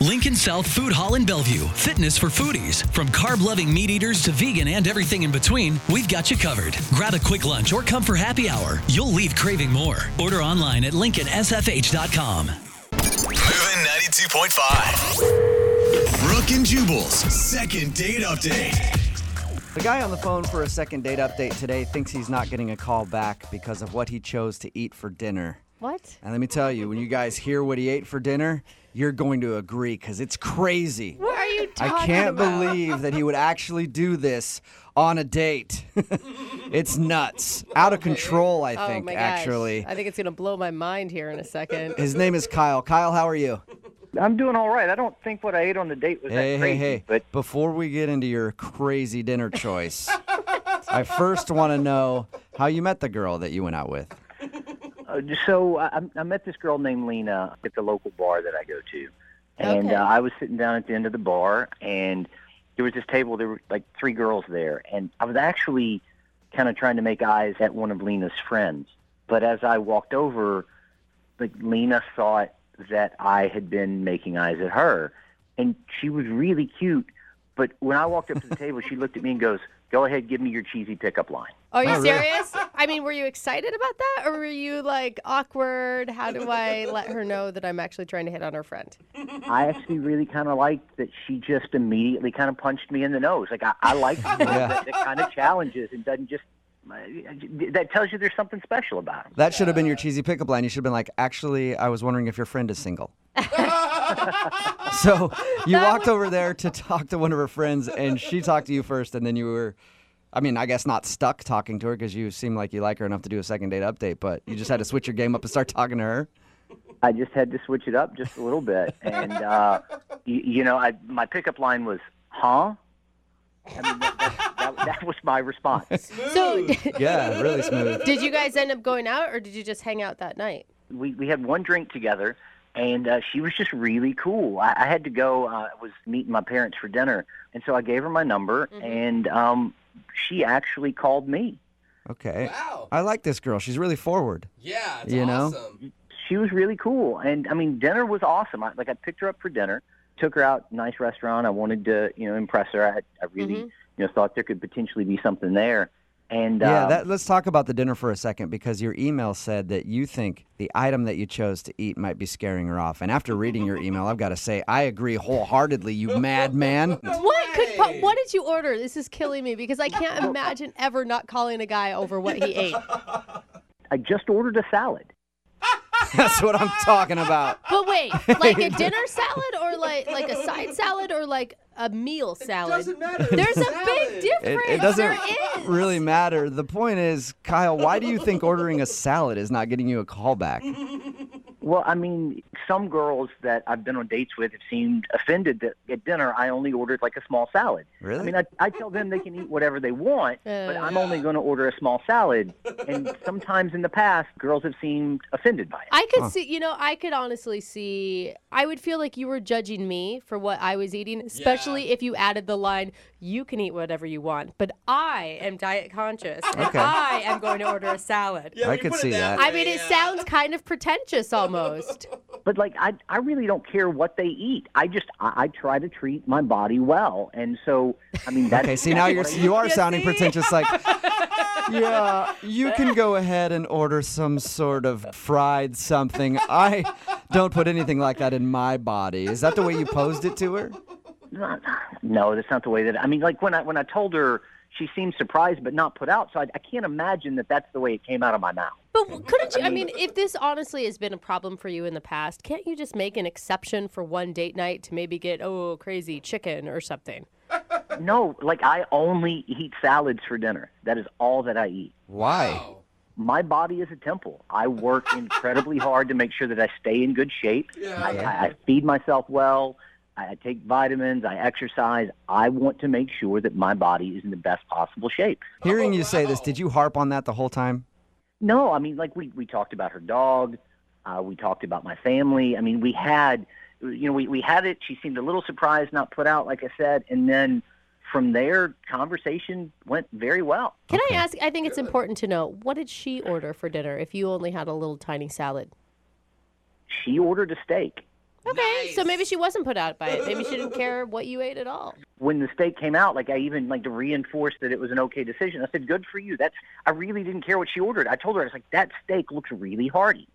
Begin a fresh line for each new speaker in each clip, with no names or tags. Lincoln South Food Hall in Bellevue. Fitness for foodies. From carb loving meat eaters to vegan and everything in between, we've got you covered. Grab a quick lunch or come for happy hour. You'll leave craving more. Order online at LincolnSFH.com.
Moving 92.5. Brooke and Jubal's second date update.
The guy on the phone for a second date update today thinks he's not getting a call back because of what he chose to eat for dinner.
What?
And let me tell you, when you guys hear what he ate for dinner, you're going to agree because it's crazy.
What are you talking
I can't
about?
believe that he would actually do this on a date. it's nuts. Out of control, I
Oh
think,
my gosh.
actually.
I think it's gonna blow my mind here in a second.
His name is Kyle. Kyle, how are you?
I'm doing all right. I don't think what I ate on the date was
Hey,
that
hey,
crazy,
hey.
but
Before we get into your crazy dinner choice, I first want to know how you met the girl that you went out with.
uh, so I, I- I met this girl named Lena at the local bar that I go to, and
Okay.
uh, I was sitting down at the end of the bar, and there was this table. There were like three girls there, and I was actually kind of trying to make eyes at one of Lena's friends, but as I walked over, like Lena thought that I had been making eyes at her, and she was really cute. But when I walked up to the table, she looked at me and goes, "Go ahead, give me your cheesy pickup line."
Are you
Oh, really?
serious? I mean, were you excited about that, or were you like awkward? How do I let her know that I'm actually trying to hit on her friend?
I actually really kind of liked that she just immediately kind of punched me in the nose. Like I, I like people
Yeah.
that, that kind of challenges and doesn't just that tells you there's something special about them.
That should have been your cheesy pickup line. You should have been like, actually, I was wondering if your friend is single. so you walked over there to talk to one of her friends, and she talked to you first, and then you were, I mean, I guess not stuck talking to her because you seem like you like her enough to do a second date update, but you just had to switch your game up and start talking to her.
I just had to switch it up just a little bit, and uh, you, you know, I, my pickup line was "Huh." I mean, that, that, that, that was my response.
So,
Yeah, really smooth.
did you guys end up going out, or did you just hang out that night?
we we had one drink together, and uh, she was just really cool. I, I had to go. uh, I was meeting my parents for dinner, and so I gave her my number, and um, she actually called me.
Okay.
Wow.
I like this girl. She's really forward.
Yeah, it's
You know?
awesome.
She was really cool, and I mean, dinner was awesome. I, like I picked her up for dinner, took her out, nice restaurant. I wanted to, you know, impress her. I I really,
Mhm.
you know, thought there could potentially be something there, and
Yeah,
um,
that, let's talk about the dinner for a second because your email said that you think the item that you chose to eat might be scaring her off. And after reading your email, I've got to say, I agree wholeheartedly, you madman.
What could? po-
Hey.
What did you order? This is killing me because I can't imagine ever not calling a guy over what he ate.
I just ordered a salad.
That's what I'm talking about.
But wait, like a dinner salad, or like like a side salad, or like a meal salad.
Doesn't matter.
There's a
Salad.
big difference.
It, it
there
doesn't
is.
really matter. The point is, Kyle, why do you think ordering a salad is not getting you a call back?
Well, I mean, some girls that I've been on dates with have seemed offended that at dinner I only ordered like a small salad.
Really?
I mean, I, I tell them they can eat whatever they want, but I'm
Uh.
only going to order a small salad. And sometimes in the past, girls have seemed offended by it.
I could see, you know, I could honestly see. I would feel like you were judging me for what I was eating, especially if you added the line, "You can eat whatever you want," but I am diet conscious, and
Okay.
I am going to order a salad.
Yeah,
I
when you
could
put it
see that.
I
way,
mean, it
yeah.
sounds kind of pretentious almost.
But like, I I really don't care what they eat. I just I, I try to treat my body well, and so I mean, that's,
Okay, see now you're you are
You
sounding
see?
pretentious like Yeah, you can go ahead and order some sort of fried something. I don't put anything like that in my body. Is that the way you posed it to her?
No, that's not the way that. I mean, like when I when I told her, she seemed surprised but not put out. So I, I can't imagine that that's the way it came out of my mouth.
But w- couldn't you? I mean, if this honestly has been a problem for you in the past, can't you just make an exception for one date night to maybe get oh crazy chicken or something?
No, like I only eat salads for dinner. That is all that I eat.
Why?
Wow.
My body is a temple. I work incredibly hard to make sure that I stay in good shape.
Yeah.
I, I, I feed myself well. I I take vitamins. I exercise. I want to make sure that my body is in the best possible shape.
Hearing
Oh,
you say this, did you harp on that the whole time?
No, I mean, like we, we talked about her dog. Uh, we talked about my family. I mean, we had, you know, we, we had it. She seemed a little surprised, not put out, like I said. And then from there, conversation went very well.
Can I ask? I think it's important to know what did she order for dinner if you only had a little tiny salad?
She ordered a steak.
Okay, so maybe she wasn't put out by it. Maybe she didn't care what you ate at all.
When the steak came out, like I even like to reinforce that it was an okay decision. I said, "Good for you." That's I really didn't care what she ordered. I told her I was like, "That steak looks really hearty."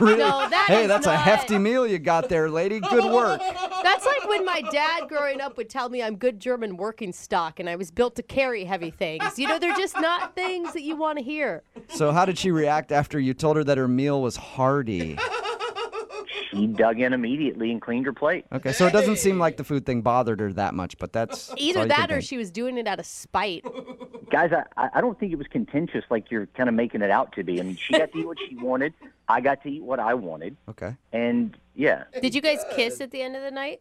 Really?
No, that
hey,
is
that's a
not-
hefty meal you got there, lady. Good work.
That's like when my dad growing up would tell me I'm good German working stock and I was built to carry heavy things. You know, they're just not things that you want to hear.
So, how did she react after you told her that her meal was hearty?
She dug in immediately and cleaned her plate.
Okay, so it doesn't seem like the food thing bothered her that much, but that's that's all
Either
you
that
can
or
think.
she was doing it out of spite.
Guys, I, I I don't think it was contentious like you're kind of making it out to be. I mean, she got to eat what she wanted. I got to eat what I wanted.
Okay.
And yeah,
Did you guys kiss at the end of the night?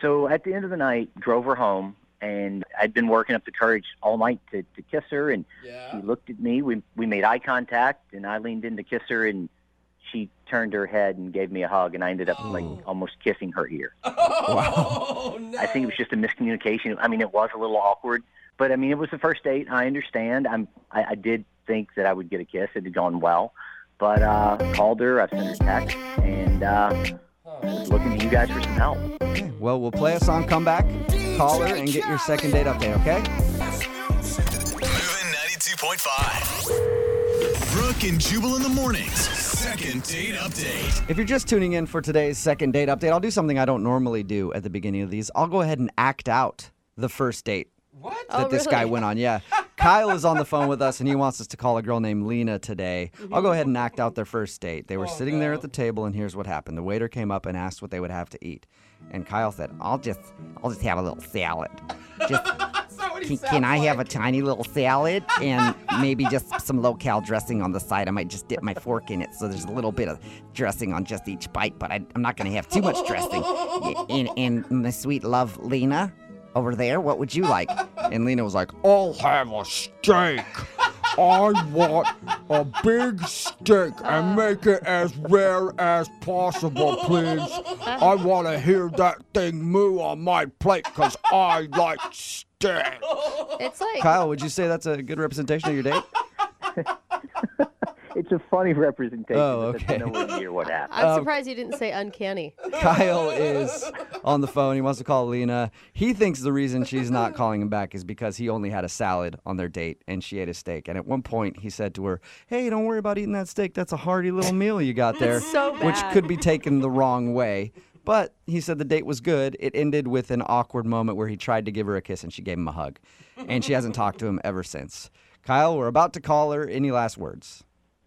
So at the end of the night, drove her home, and I'd been working up the courage all night to, to kiss her, and she looked at me. We we made eye contact, and I leaned in to kiss her, and she turned her head and gave me a hug, and I ended up like
Oh.
almost kissing her ear.
Oh, no.
I think it was just a miscommunication. I mean, it was a little awkward, but I mean, it was the first date. I understand. I'm I, I did think that I would get a kiss. It had gone well, but uh, called her. I sent her a text, and uh, looking to you guys for some help.
Well, we'll play a song, come back, call her, and get your second date update, okay?
Moving 92.5. Brooke and Jubal in the mornings. Second date update.
If you're just tuning in for today's second date update, I'll do something I don't normally do at the beginning of these. I'll go ahead and act out the first date
What?
Oh,
that this guy went on. Yeah. Kyle is on the phone with us and he wants us to call a girl named Lena today. I'll go ahead and act out their first date. They were sitting there at the table and here's what happened. The waiter came up and asked what they would have to eat. And Kyle said, "I'll just I'll just have a little salad. Just
That's not what he
can,
sounds
can I
like.
have a tiny little salad and maybe just some low-cal dressing on the side? I might just dip my fork in it so there's a little bit of dressing on just each bite, but I, I'm not going to have too much dressing. Y- And, and my sweet love, Lena, over there, what would you like? And Lena was like, "Oh, I'll have a steak. I want a big steak and make it as rare as possible, please. I want to hear that thing moo on my plate because I like steak.
It's like
Kyle, would you say that's a good representation of your date?
It's a funny representation.
Oh,
but
okay.
That's nowhere near what happened.
I'm
uh,
surprised you didn't say uncanny.
Kyle is on the phone. He wants to call Lena. He thinks the reason she's not calling him back is because he only had a salad on their date and she ate a steak. And at one point, he said to her, Hey, don't worry about eating that steak. That's a hearty little meal you got there,
so
which
bad.
could be taken the wrong way. But he said the date was good. It ended with an awkward moment where he tried to give her a kiss and she gave him a hug. And she hasn't talked to him ever since. Kyle, we're about to call her. Any last words?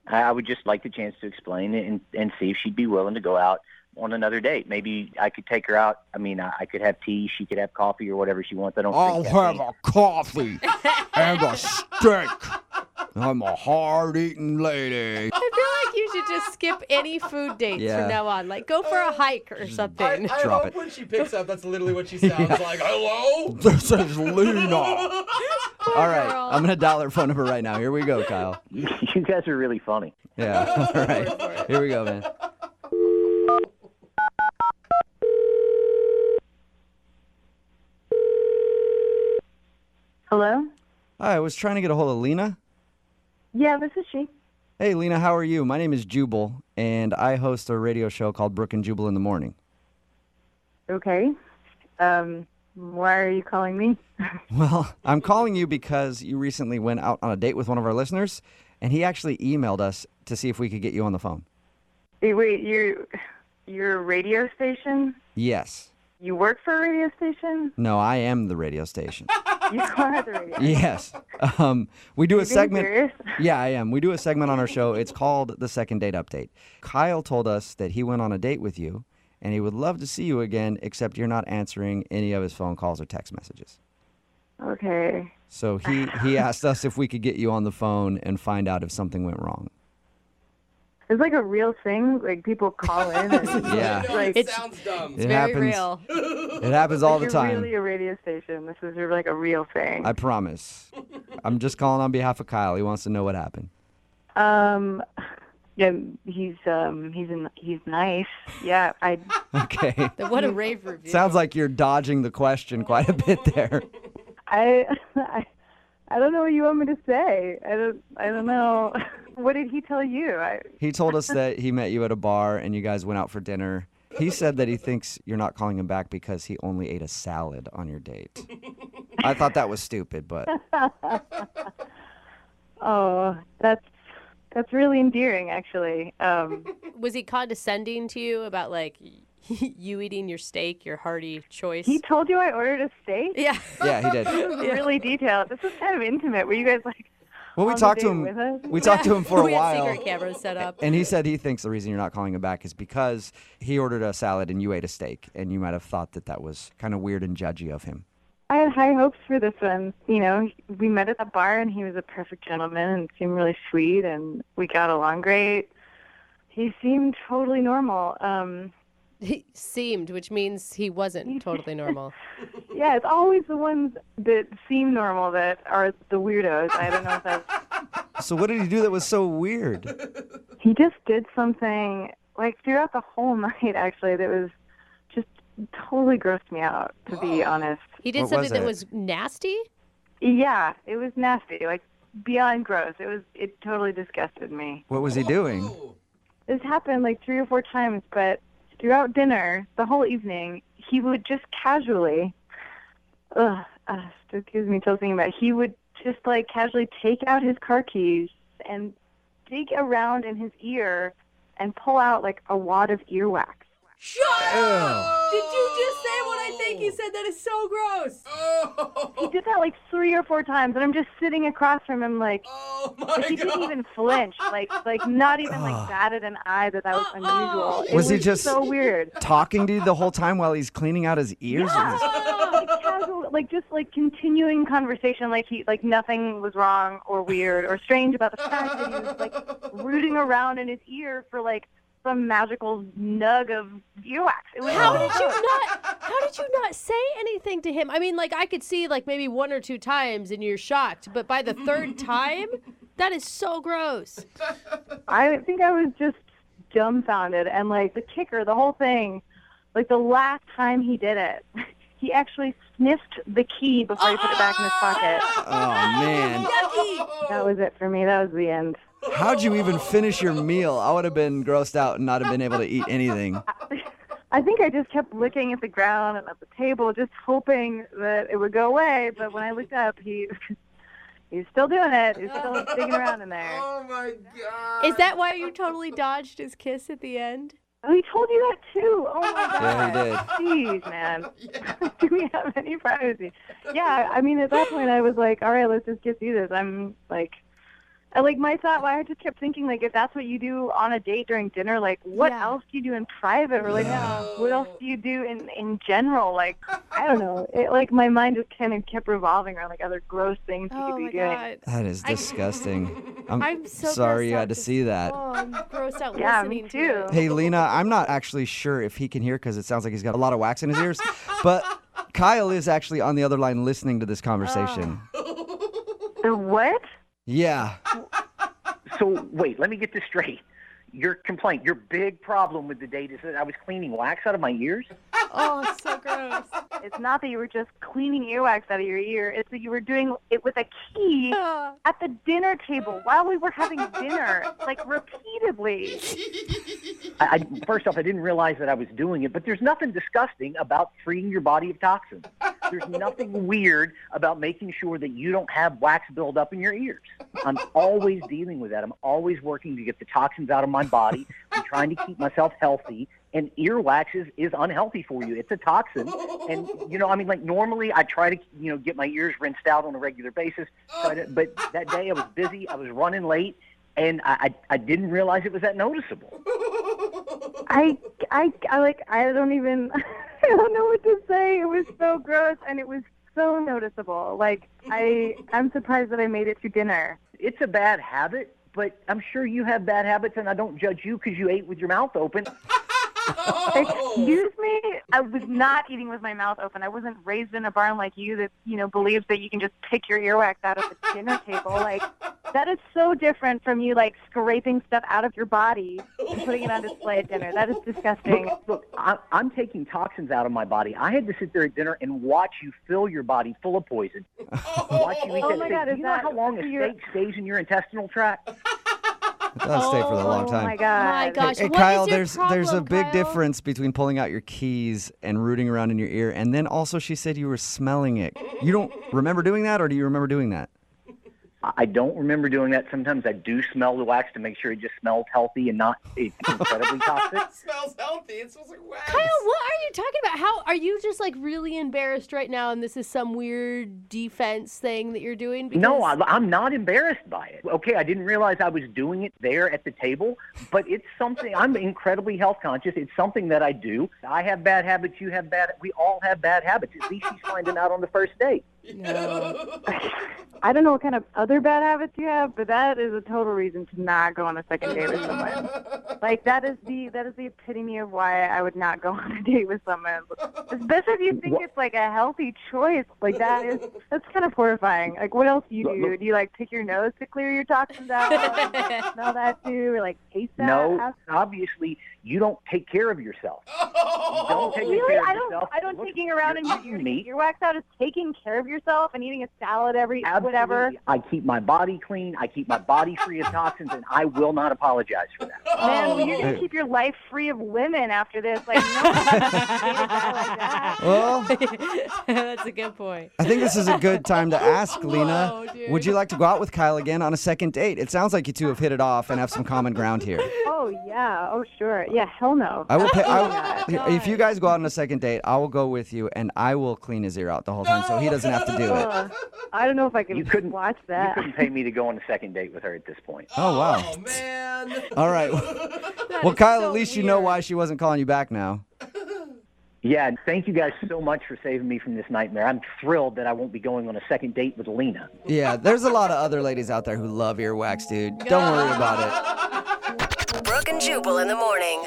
I I would just like the chance to explain it and, and see if she'd be willing to go out on another date. Maybe I could take her out. I mean, I, I could have tea. She could have coffee or whatever she wants. I don't.
I'll
drink
have
caffeine.
a coffee and a steak. I'm a hard eating lady.
I feel like you should just skip any food dates
Yeah.
from now on. Like go for a hike or something.
I
Drop
hope
it.
when she picks up, that's literally what she sounds like. Hello?
This is Lena.
All right,
girl.
I'm going to dial her phone number right now. Here we go, Kyle.
you guys are really funny.
Yeah. All right. Here we go, man.
Hello?
Hi, I was trying to get a hold of Lena.
Yeah, this is she.
Hey, Lena, how are you? My name is Jubal, and I host a radio show called Brook and Jubal in the Morning.
Okay. Um, why are you calling me?
Well, I'm calling you because you recently went out on a date with one of our listeners, and he actually emailed us to see if we could get you on the phone.
Hey, Eh, Wait, you're you're a radio station?
Yes.
You work for a radio station?
No, I am the radio station.
You are the radio.
yes. Um, we do a
being
segment.
serious?
Yeah, I am. We do a segment on our show. It's called The Second Date Update. Kyle told us that he went on a date with you and he would love to see you again, except you're not answering any of his phone calls or text messages.
Okay.
So he, he asked us if we could get you on the phone and find out if something went wrong.
It's like a real thing. Like people call in. And,
Yeah.
No,
Like
it sounds dumb.
It
Very
happens.
real.
It happens all the
you're
time.
really a radio station. This is like a real thing.
I promise. I'm just calling on behalf of Kyle. He wants to know what happened.
Um, yeah, he's um he's in, he's nice. Yeah, I
Okay.
The- What a rave review.
Sounds like you're dodging the question quite a bit there.
I I I don't know what you want me to say. I don't I don't know. What did he tell you? I
He told us that he met you at a bar and you guys went out for dinner He said that he thinks you're not calling him back because he only ate a salad on your date. I thought that was stupid, but
Oh, that's that's really endearing, actually. Um,
Was he condescending to you about like you eating your steak, your hearty choice?
he told you I ordered a steak.
yeah.
yeah, he did.
This is really detailed. This is kind of intimate. Were you guys like?
Well, we
on the
talked to
date
him.
with us?
We talked to him for a
we
while.
had secret cameras set up.
And he said he thinks the reason you're not calling him back is because he ordered a salad and you ate a steak, and you might have thought that that was kind of weird and judgy of him.
I had high hopes for this one. You know, we met at the bar, and he was a perfect gentleman and seemed really sweet, and we got along great. He seemed totally normal. Um,
He seemed, which means he wasn't totally normal.
yeah, it's always the ones that seem normal that are the weirdos. I don't know if that's
So what did he do that was so weird?
he just did something like throughout the whole night actually that was just totally grossed me out to be honest
He did
What
something
was
that
it?
was nasty.
yeah it was nasty like beyond gross it was it totally disgusted me
What was he doing?
Oh.
this happened like three or four times but throughout dinner the whole evening he would just casually ugh, uh, still gives me chills thinking about it. he would just like casually take out his car keys and dig around in his ear and pull out like a wad of earwax
Shut up! Did you just say what
Oh.
I think you said? That is so gross.
He did that like three or four times, and I'm just sitting across from him, like,
Oh my
like he
god.
didn't even flinch, like, like not even like batted an eye that that was unusual. It
Was
was
he just-
so weird?
Talking to you the whole time while he's cleaning out his ears?
like, casual, like just like continuing conversation, like he, like nothing was wrong or weird or strange about the fact that he was like rooting around in his ear for like some magical nug of earwax. It was
How did you not? How did you not say anything to him? I mean, like I could see like maybe one or two times, and you're shocked. But by the third time, that is so gross.
I think I was just dumbfounded. And like the kicker, the whole thing, like the last time he did it, he actually sniffed the key before he put it back in his pocket.
Oh man.
That was it for me. That was the end.
How'd you even finish your meal? I would have been grossed out and not have been able to eat anything.
I think I just kept looking at the ground and at the table, just hoping that it would go away. But when I looked up, he. He's still doing it. He's still digging around in there.
Oh my god.
Is that why you totally dodged his kiss at the end?
Oh, he told you that too. Oh my god.
Yeah,
Jeez, man. Do we have any privacy? Yeah, I mean, at that point, I was like, all right, let's just get through this. I'm like, I like my thought. Why I just kept thinking, like, if that's what you do on a date during dinner, like, what
Yeah.
else do you do in private, or like, what else do you do in in general? Like, I don't know. It like my mind just kind of kept revolving around like other gross things you
Oh
could be
my
doing.
god.
That is disgusting. I'm,
I'm so
sorry
grossed
you
out
had to
just-
see that.
Oh, I'm grossed out
Yeah, me
listening to it.
too.
Hey, Lena, I'm not actually sure if he can hear because it sounds like he's got a lot of wax in his ears, but Kyle is actually on the other line listening to this conversation.
Oh.
The what?
Yeah.
So wait, let me get this straight. Your complaint, your big problem with the date is that I was cleaning wax out of my ears.
Oh, it's so gross.
It's not that you were just cleaning earwax out of your ear. It's that you were doing it with a key.
Ah.
at the dinner table while we were having dinner, like repeatedly.
I, I, first off, I didn't realize that I was doing it, but there's nothing disgusting about freeing your body of toxins. There's nothing weird about making sure that you don't have wax buildup in your ears. I'm always dealing with that. I'm always working to get the toxins out of my body. I'm trying to keep myself healthy. And earwax is, is unhealthy for you. It's a toxin. And, you know, I mean, like normally I try to, you know, get my ears rinsed out on a regular basis. Try to, but that day I was busy. I was running late. And I, I, I didn't realize it was that noticeable.
I, I, I like, I don't even, I don't know what to say. It was so gross and it was so noticeable. Like, I, I'm surprised that I made it to dinner.
it's a bad habit, but I'm sure you have bad habits, and I don't judge you because you ate with your mouth open.
Excuse me, I was not eating with my mouth open. I wasn't raised in a barn like you that, you know, believes that you can just pick your earwax out of the dinner table. Like, that is so different from you, like, scraping stuff out of your body and putting it on display at dinner. That is disgusting.
Look, I, I'm taking toxins out of my body. I had to sit there at dinner and watch you fill your body full of poison. Watch you eat
Oh
that
my
steak.
God, is
you know
that
how long a
your-
steak stays in your intestinal tract?
It does stay for a long
Oh
time.
my god.
My gosh.
Hey,
what is
Kyle,
your
there's there's a
problem,
big
Kyle?
difference between pulling out your keys and rooting around in your ear, and then also she said you were smelling it. You don't remember doing that, or do you remember doing that?
I I don't remember doing that. Sometimes I do smell the wax to make sure it just smells healthy and not it's incredibly toxic.
That smells healthy. It smells like wax.
Kyle, what are you talking about? How are you just like really embarrassed right now and this is some weird defense thing that you're doing? Because
No, I, I'm not embarrassed by it. Okay, I didn't realize I was doing it there at the table, but it's something I'm incredibly health conscious. It's something that I do. I have bad habits. You have bad. We all have bad habits. At least she's finding out on the first date.
I don't know what kind of other bad habits you have, but that is a total reason to not go on a second date with someone. Like that is the that is the epitome of why I would not go on a date with someone. Especially if you think it's like a healthy choice. Like that is that's kind of horrifying. Like what else do you do? Do you like pick your nose to clear your toxins out? smell that too, or like taste that?
No,
Have-
obviously you don't take care of yourself. You
Oh,
don't take
Really,
care of
I don't.
yourself.
I don't
Look,
taking around and
you're
your,
eating meat.
your wax out is taking care of yourself and eating a salad every
Absolutely.
whatever.
I keep my body clean. I keep my body free of toxins, and I will not apologize for that.
Man, well, you're gonna keep your life free of women after this. Like, no, one's gonna date a guy like that.
Well,
That's a good point.
I think this is a good time to ask, Lena.
Whoa,
Would you like to go out with Kyle again on a second date? It sounds like you two have hit it off and have some common ground here.
Oh yeah, oh sure, yeah, hell no.
I will pay. I
Oh
will,
my
if you guys go out on a second date, I will go with you, and I will clean his ear out the whole time, so he doesn't have to do it.
Ugh. I don't know if I can
You couldn't
watch
You
that.
couldn't pay me to go on a second date with her at this point.
Oh wow!
Oh man.
All right.
That
Well,
is
Kyle,
so
at least you know
weird.
why she wasn't calling you back now.
Yeah, and thank you guys so much for saving me from this nightmare. I'm thrilled that I won't be going on a second date with Lena.
Yeah, there's a lot of other ladies out there who love earwax, dude. Don't worry about it.
Brooke and Jubal in the morning.